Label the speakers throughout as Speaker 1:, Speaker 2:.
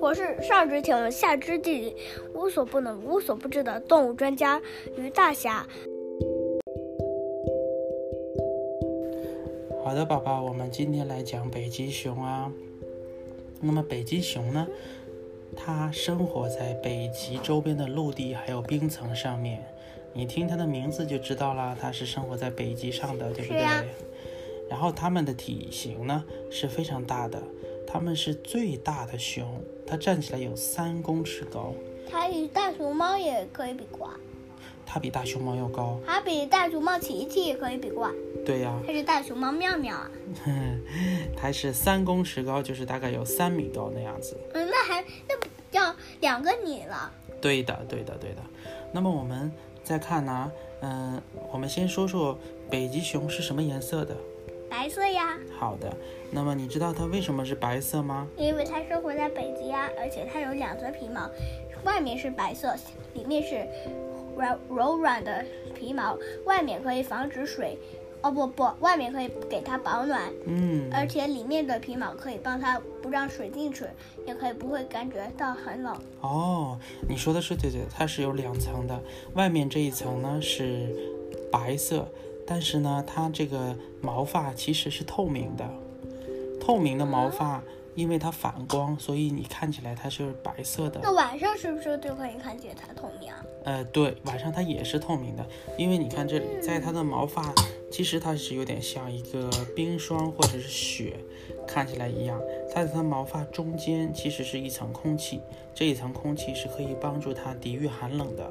Speaker 1: 我是上知天文下知地理，无所不能无所不知的动物专家于大侠。
Speaker 2: 好的，宝宝，我们今天来讲北极熊啊。那么北极熊呢，它生活在北极周边的陆地还有冰层上面。你听它的名字就知道啦，它是生活在北极上的，对不对？
Speaker 1: 是啊
Speaker 2: 然后它们的体型呢是非常大的，它们是最大的熊，它站起来有三公尺高，
Speaker 1: 它与大熊猫也可以比挂，
Speaker 2: 它比大熊猫要高。
Speaker 1: 它比大熊猫琪琪也可以比挂，
Speaker 2: 对呀、
Speaker 1: 它是大熊猫妙妙啊。
Speaker 2: 它是三公尺高，就是大概有三米高那样子。
Speaker 1: 嗯，那还那不要两个你了。
Speaker 2: 对的，对的，对的。那么我们再看呢、嗯、我们先说说北极熊是什么颜色的。
Speaker 1: 白色呀，
Speaker 2: 好的，那么你知道它为什么是白色吗？
Speaker 1: 因为它生活在北极呀，而且它有两层皮毛，外面是白色，里面是软柔软的皮毛，外面可以防止水，哦不不，外面可以给它保暖，
Speaker 2: 嗯，
Speaker 1: 而且里面的皮毛可以帮它不让水进去，也可以不会感觉到很冷。
Speaker 2: 哦，你说的是对对，它是有两层的，外面这一层呢是白色，但是呢，它这个毛发其实是透明的，透明的毛发，因为它反光，所以你看起来它是白色的。
Speaker 1: 那晚上是不是就可以看见它透明啊？
Speaker 2: 呃，对，晚上它也是透明的，因为你看这里，在它的毛发，其实它是有点像一个冰霜或者是雪，看起来一样。但是它毛发中间其实是一层空气，这一层空气是可以帮助它抵御寒冷的。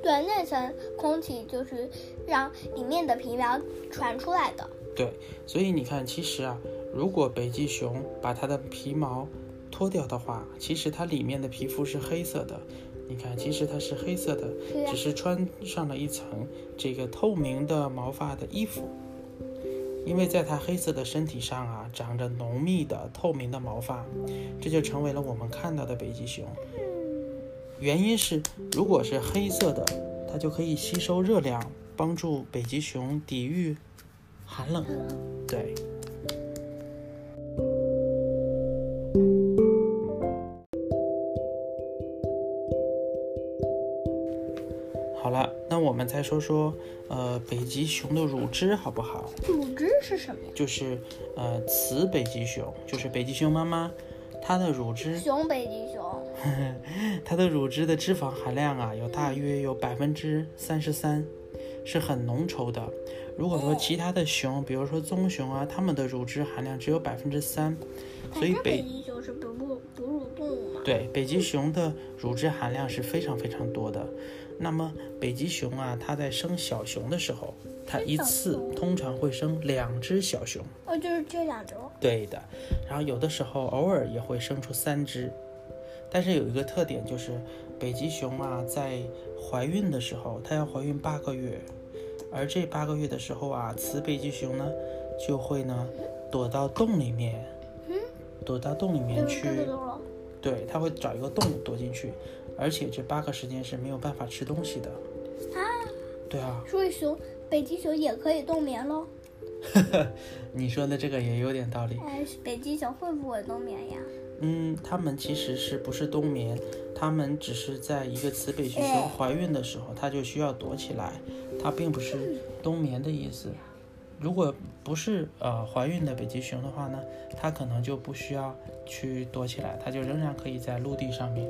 Speaker 1: 对，那层空气就是让里面的皮毛传出来的。
Speaker 2: 对，所以你看，其实啊，如果北极熊把它的皮毛脱掉的话，其实它里面的皮肤是黑色的。你看，其实它是黑色的，
Speaker 1: 对呀
Speaker 2: 只是穿上了一层这个透明的毛发的衣服，因为在它黑色的身体上啊，长着浓密的透明的毛发，这就成为了我们看到的北极熊。原因是，如果是黑色的，它就可以吸收热量，帮助北极熊抵御寒冷。对。好了，那我们再说说，呃，北极熊的乳汁好不好？
Speaker 1: 乳汁是什么呀？
Speaker 2: 就是，呃，雌北极熊，就是北极熊妈妈，它的乳汁
Speaker 1: 熊北极熊，
Speaker 2: 它的乳汁的脂肪含量啊，有大约有百分之三十三，是很浓稠的。如果说其他的熊，比如说棕熊啊，它们的乳汁含量只有百分之三，所以
Speaker 1: 反正
Speaker 2: 北
Speaker 1: 极熊是哺乳哺乳动物嘛。
Speaker 2: 对北极熊的乳汁含量是非常非常多的。那么北极熊啊，它在生小熊的时候，它一
Speaker 1: 小
Speaker 2: 次
Speaker 1: 熊
Speaker 2: 通常会生两只小熊，
Speaker 1: 哦，就是这两种。
Speaker 2: 对的，然后有的时候偶尔也会生出三只，但是有一个特点就是，北极熊啊，在怀孕的时候，它要怀孕八个月，而这八个月的时候啊，雌北极熊呢就会呢躲到洞里面，躲到洞里面
Speaker 1: 就是这
Speaker 2: 去，
Speaker 1: 种。
Speaker 2: 对，它会找一个洞躲进去，而且这八个时间是没有办法吃东西的。对啊，
Speaker 1: 所以熊北极熊也可以冬眠喽。
Speaker 2: 你说的这个也有点道理。
Speaker 1: 哎，北极熊会不会冬眠呀？
Speaker 2: 嗯，它们其实是不是冬眠？它们只是在一个雌北极熊
Speaker 1: 哎
Speaker 2: 怀孕的时候，它就需要躲起来，它并不是冬眠的意思。如果不是呃怀孕的北极熊的话呢，它可能就不需要去躲起来，它就仍然可以在陆地上面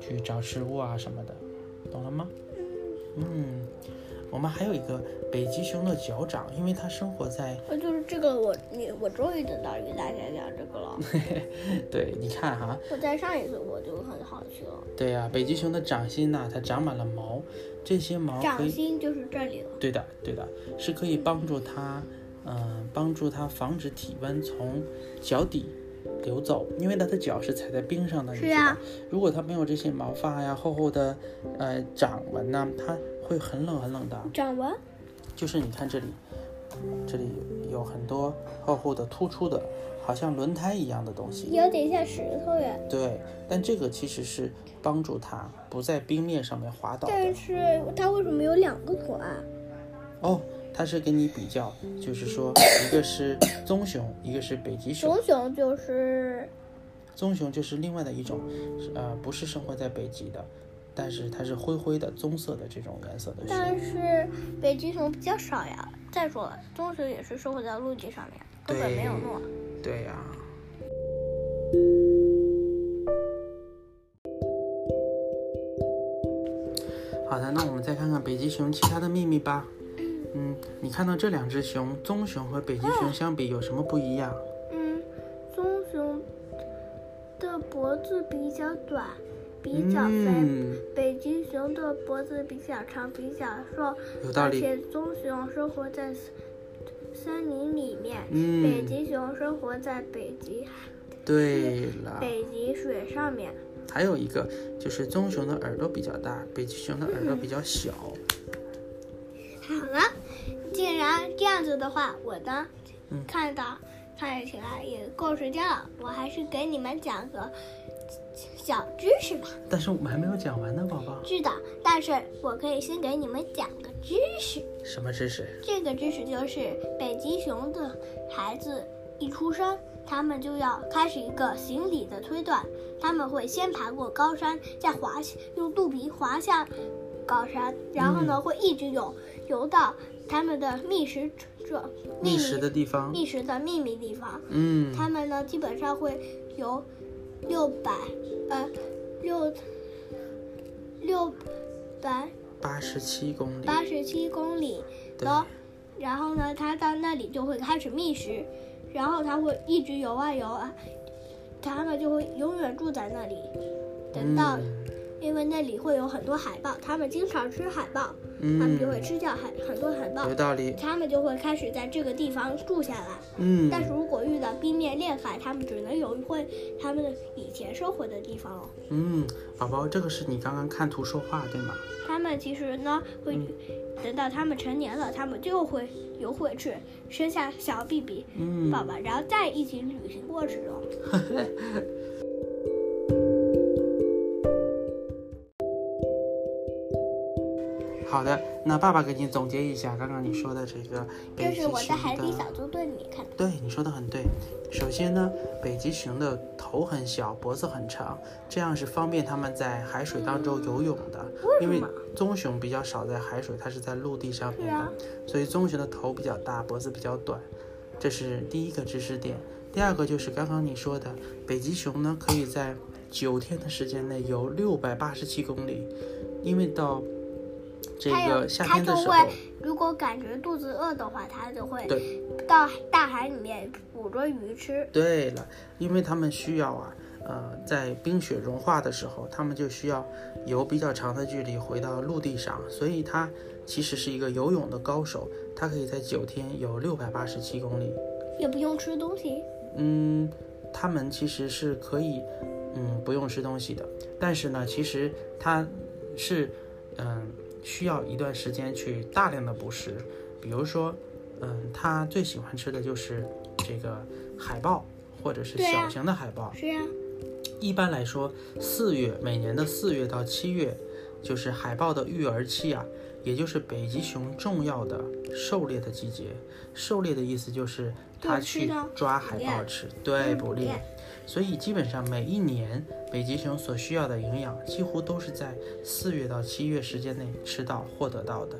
Speaker 2: 去找食物啊什么的，懂了吗？嗯，我们还有一个北极熊的脚掌，因为它生活在
Speaker 1: 哦，就是这个我你我终于等到与大家讲这个了。
Speaker 2: 对，你看哈、
Speaker 1: 我在上一次我就很好奇了，
Speaker 2: 对呀、北极熊的掌心呐、它长满了毛，这些毛可
Speaker 1: 掌
Speaker 2: 以，
Speaker 1: 心就是这里了。
Speaker 2: 对的，对的，是可以帮助它，嗯、帮助它防止体温从脚底流走，因为它的脚是踩在冰上的，你
Speaker 1: 是
Speaker 2: 知道
Speaker 1: 啊，
Speaker 2: 如果它没有这些毛发呀、厚厚的呃掌纹呢，它会很冷很冷的。
Speaker 1: 掌纹，
Speaker 2: 就是你看这里，这里有很多厚厚的突出的，好像轮胎一样的东西。
Speaker 1: 有点像石头耶，
Speaker 2: 对，但这个其实是帮助它不在冰面上面滑倒的。
Speaker 1: 但是它为什么有两个爪？
Speaker 2: 哦，它是跟你比较，就是说一个是棕熊，一个是北极熊。
Speaker 1: 熊熊就是
Speaker 2: 棕熊就是另外的一种，呃，不是生活在北极的，但是它是灰灰的棕色的这种颜色的熊。
Speaker 1: 但是北极熊比较少呀。再说了，棕熊也是生活在陆地上面，根本没有
Speaker 2: 对
Speaker 1: 诺。
Speaker 2: 对呀、好的，那我们再看看北极熊其他的秘密吧。嗯，你看到这两只熊，棕熊和北极熊相比有什么不一样？
Speaker 1: 嗯，棕熊的脖子比较短，比较肥；
Speaker 2: 嗯，
Speaker 1: 北极熊的脖子比较长，比较瘦。
Speaker 2: 有道
Speaker 1: 而
Speaker 2: 理。
Speaker 1: 且棕熊生活在森森林里面，北
Speaker 2: 嗯，
Speaker 1: 极熊生活在北极
Speaker 2: 对了，
Speaker 1: 北极水上面。
Speaker 2: 还有一个就是棕熊的耳朵比较大，北极熊的耳朵比较小。
Speaker 1: 好了，既然这样子的话，我呢，
Speaker 2: 嗯
Speaker 1: 看到看起来也够时间了，我还是给你们讲个小知识吧。
Speaker 2: 但是我们还没有讲完呢，宝宝。
Speaker 1: 知道，但是我可以先给你们讲个知识。
Speaker 2: 什么知识？
Speaker 1: 这个知识就是北极熊的孩子一出生，他们就要开始一个行李的推断，他们会先爬过高山，再滑下用肚皮滑下高山，然后呢会一直游游到他们的觅食者
Speaker 2: 觅食的地方。
Speaker 1: 觅食的秘密地方。
Speaker 2: 嗯，
Speaker 1: 他们呢基本上会游六百呃六六百
Speaker 2: 八十七公里。
Speaker 1: 八十七公里
Speaker 2: 对
Speaker 1: 的，然后呢，它到那里就会开始觅食，然后它会一直游啊游啊，它们就会永远住在那里，等到，
Speaker 2: 嗯
Speaker 1: 因为那里会有很多海豹，它们经常吃海豹，它们就会
Speaker 2: 嗯，
Speaker 1: 吃掉海很多海豹
Speaker 2: 有，道理。
Speaker 1: 它们就会开始在这个地方住下来。
Speaker 2: 嗯，
Speaker 1: 但是如果遇到冰面裂海，它们只能游回它们以前生活的地方哦了。
Speaker 2: 嗯，宝宝，这个是你刚刚看图说话对吗？
Speaker 1: 他们其实呢会、
Speaker 2: 嗯
Speaker 1: 等到他们成年了，他们就会游回去生下小 BB
Speaker 2: 嗯，
Speaker 1: 宝宝，然后再一起旅行过去了。
Speaker 2: 好的，那爸爸给你总结一下刚刚你说的这个
Speaker 1: 这
Speaker 2: 北极
Speaker 1: 是
Speaker 2: 熊
Speaker 1: 我在
Speaker 2: 的
Speaker 1: 海底小纵队里面看的。
Speaker 2: 对，你说的很对。首先呢，北极熊的头很小，脖子很长，这样是方便它们在海水当中游泳的。
Speaker 1: 什
Speaker 2: 因
Speaker 1: 么
Speaker 2: 为棕熊比较少在海水，它是在陆地上面
Speaker 1: 是
Speaker 2: 的，
Speaker 1: 啊
Speaker 2: 所以棕熊的头比较大，脖子比较短。这是第一个知识点。第二个就是刚刚你说的，北极熊呢可以在九天的时间内游六百八十七公里，因为到这
Speaker 1: 它有
Speaker 2: 个夏
Speaker 1: 它
Speaker 2: 天的
Speaker 1: 就
Speaker 2: 时
Speaker 1: 会
Speaker 2: 候，
Speaker 1: 如果感觉肚子饿的话，它就会
Speaker 2: 对
Speaker 1: 到大海里面捕捉鱼吃。
Speaker 2: 对了，因为他们需要啊，呃，在冰雪融化的时候，他们就需要游比较长的距离回到陆地上，所以它其实是一个游泳的高手，它可以在九天游六百八十七公里。
Speaker 1: 也不用吃东西，
Speaker 2: 嗯，他们其实是可以，嗯，不用吃东西的，但是呢，其实它是，嗯，需要一段时间去大量的捕食，比如说，嗯，它最喜欢吃的就是这个海豹。或者是
Speaker 1: 对啊
Speaker 2: 小型的海豹，
Speaker 1: 是啊，
Speaker 2: 一般来说，四月每年的四月到七月，就是海豹的育儿期啊，也就是北极熊重要的狩猎的季节。狩猎的意思就是它
Speaker 1: 就是吃
Speaker 2: 去
Speaker 1: 到
Speaker 2: 抓海豹吃，对，
Speaker 1: 嗯
Speaker 2: 捕
Speaker 1: 捕
Speaker 2: 猎
Speaker 1: 猎。
Speaker 2: 所以基本上每一年北极熊所需要的营养，几乎都是在四月到七月时间内吃到、获得到的。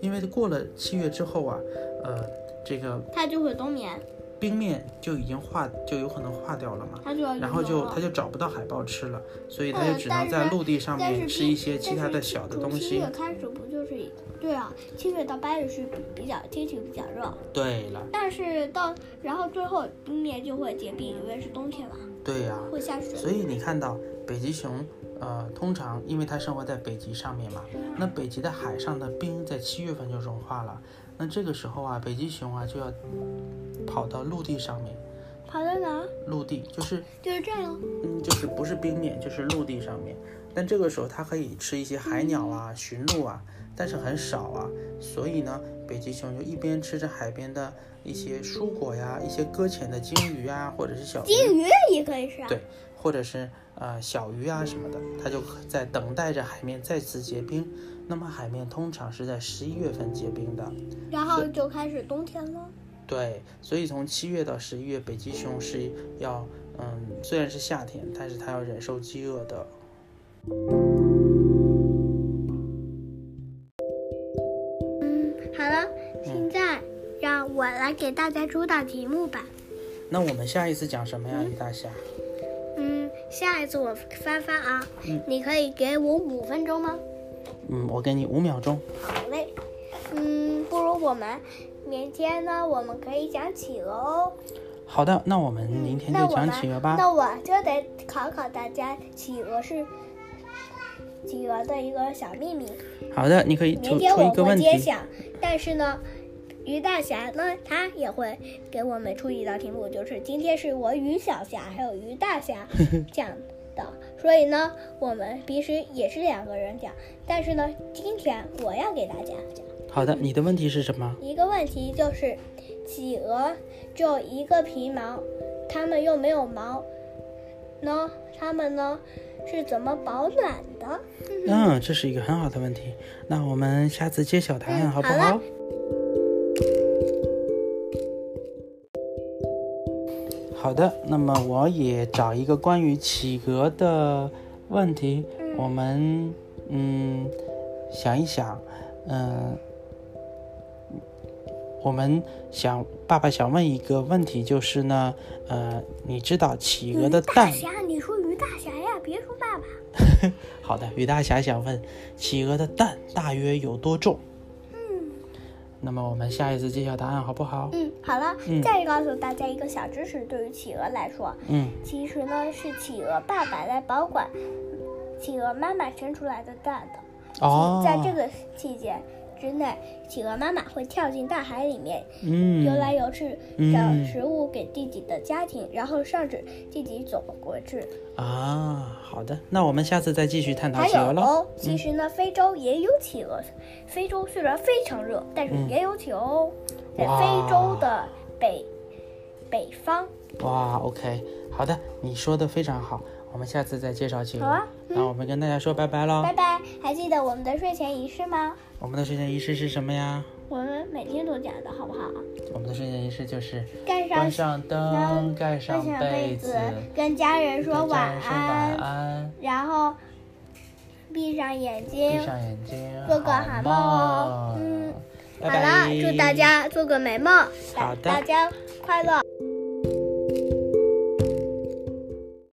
Speaker 2: 因为过了七月之后啊，呃，这个
Speaker 1: 它就会冬眠，
Speaker 2: 冰面就已经化，就有可能化掉了嘛。
Speaker 1: 它就要游
Speaker 2: 然后就
Speaker 1: 泳了
Speaker 2: 它就找不到海豹吃了，所以它
Speaker 1: 嗯
Speaker 2: 就只能
Speaker 1: 但
Speaker 2: 在
Speaker 1: 是
Speaker 2: 陆地上
Speaker 1: 但是
Speaker 2: 面吃
Speaker 1: 冰
Speaker 2: 一些其
Speaker 1: 但
Speaker 2: 他
Speaker 1: 是
Speaker 2: 的小的
Speaker 1: 从
Speaker 2: 东
Speaker 1: 七
Speaker 2: 西
Speaker 1: 月。开始不就是已对啊？七月到八月是比比较天气比较热，
Speaker 2: 对了，
Speaker 1: 但是到然后最后冰面就会结冰，因为是冬天嘛，
Speaker 2: 对呀、
Speaker 1: 会下雪。
Speaker 2: 所以你看到北极熊，呃，通常因为它生活在北极上面嘛，那北极的海上的冰在七月份就融化了，那这个时候啊，北极熊啊就要跑到陆地上面，
Speaker 1: 跑到哪儿？
Speaker 2: 陆地就是
Speaker 1: 就是这样。
Speaker 2: 嗯，就是不是冰面，就是陆地上面。但这个时候它可以吃一些海鸟啊、驯鹿啊，但是很少啊。所以呢，北极熊就一边吃着海边的一些蔬果呀、一些搁浅的鲸鱼啊，或者是小
Speaker 1: 金
Speaker 2: 鱼，
Speaker 1: 鱼也可以吃啊。
Speaker 2: 对或者是呃小鱼啊什么的，它就在等待着海面再次结冰。那么海面通常是在十一月份结冰的，
Speaker 1: 然后就开始冬天了。
Speaker 2: 对，所以从七月到十一月，北极熊是要嗯、嗯，虽然是夏天，但是它要忍受饥饿的。
Speaker 1: 嗯，好了，现在让我来给大家出道题目吧。
Speaker 2: 那我们下一次讲什么呀，李大侠？
Speaker 1: 嗯，下一次我翻翻啊，
Speaker 2: 嗯
Speaker 1: 你可以给我五分钟吗？
Speaker 2: 嗯，我给你五秒钟。
Speaker 1: 好嘞。嗯，不如我们明天呢，我们可以讲企鹅哦。
Speaker 2: 好的，那我们明天就讲企鹅吧。
Speaker 1: 那我们那我就得考考大家，企鹅是企鹅的一个小秘密。
Speaker 2: 好的，你可以
Speaker 1: 明
Speaker 2: 出
Speaker 1: 天
Speaker 2: 出一
Speaker 1: 我
Speaker 2: 个
Speaker 1: 会
Speaker 2: 问
Speaker 1: 揭
Speaker 2: 题。
Speaker 1: 晓，但是呢，于大侠呢，他也会给我们出一道题目，就是今天是我于小侠还有于大 侠讲的，所以呢，我们平时也是两个人讲，但是呢，今天我要给大家讲
Speaker 2: 好的，你的问题是什么？
Speaker 1: 一个问题，就是企鹅只有一个皮毛，它们又没有毛，呢，它们呢是怎么保暖的？
Speaker 2: 嗯，这是一个很好的问题。那我们下次揭晓答案
Speaker 1: 嗯
Speaker 2: 好不
Speaker 1: 好
Speaker 2: 好？
Speaker 1: 了
Speaker 2: 好的，那么我也找一个关于企鹅的问题，我们嗯想一想，嗯、我们想爸爸想问一个问题，就是呢，呃，你知道企鹅的
Speaker 1: 于大
Speaker 2: 蛋？
Speaker 1: 侠，你说于大侠呀，别说爸爸。
Speaker 2: 好的，于大侠想问，企鹅的蛋大约有多重？
Speaker 1: 嗯
Speaker 2: 那么我们下一次揭晓答案好不好？
Speaker 1: 嗯，好了，
Speaker 2: 嗯
Speaker 1: 再告诉大家一个小知识，对于企鹅来说，
Speaker 2: 嗯，
Speaker 1: 其实呢是企鹅爸爸来保管企鹅妈妈生出来的蛋的。
Speaker 2: 哦，
Speaker 1: 在这，个季节之内，企鹅妈妈会跳进大海里面
Speaker 2: 嗯，
Speaker 1: 游来游去，
Speaker 2: 嗯
Speaker 1: 找食物给自己的家庭，然后上至自己走回去。
Speaker 2: 啊，好的，那我们下次再继续探讨
Speaker 1: 还
Speaker 2: 企鹅嗯
Speaker 1: 有
Speaker 2: 喽。
Speaker 1: 哦，其实呢，非洲也有企鹅。非洲虽然非常热，但是
Speaker 2: 嗯
Speaker 1: 也有企鹅哦，在
Speaker 2: 哇
Speaker 1: 非洲的北北方。
Speaker 2: 哇，OK，好的，你说的非常好，我们下次再介绍企鹅。
Speaker 1: 好啊
Speaker 2: 那我们跟大家说拜拜喽。
Speaker 1: 拜拜！还记得我们的睡前仪式吗？
Speaker 2: 我们的睡前仪式是什么呀？
Speaker 1: 我们每天都讲的好不好？
Speaker 2: 我们的睡前仪式就是
Speaker 1: 盖上
Speaker 2: 关上灯，
Speaker 1: 灯
Speaker 2: 盖上
Speaker 1: 上
Speaker 2: 被
Speaker 1: 子，跟家人说晚
Speaker 2: 跟家人说晚
Speaker 1: 安，
Speaker 2: 安，
Speaker 1: 然后闭上眼睛
Speaker 2: 闭。上眼睛，
Speaker 1: 做个好
Speaker 2: 好
Speaker 1: 梦哦嗯
Speaker 2: 拜拜
Speaker 1: 好了，祝大家做个美梦，
Speaker 2: 好的
Speaker 1: 大家快乐。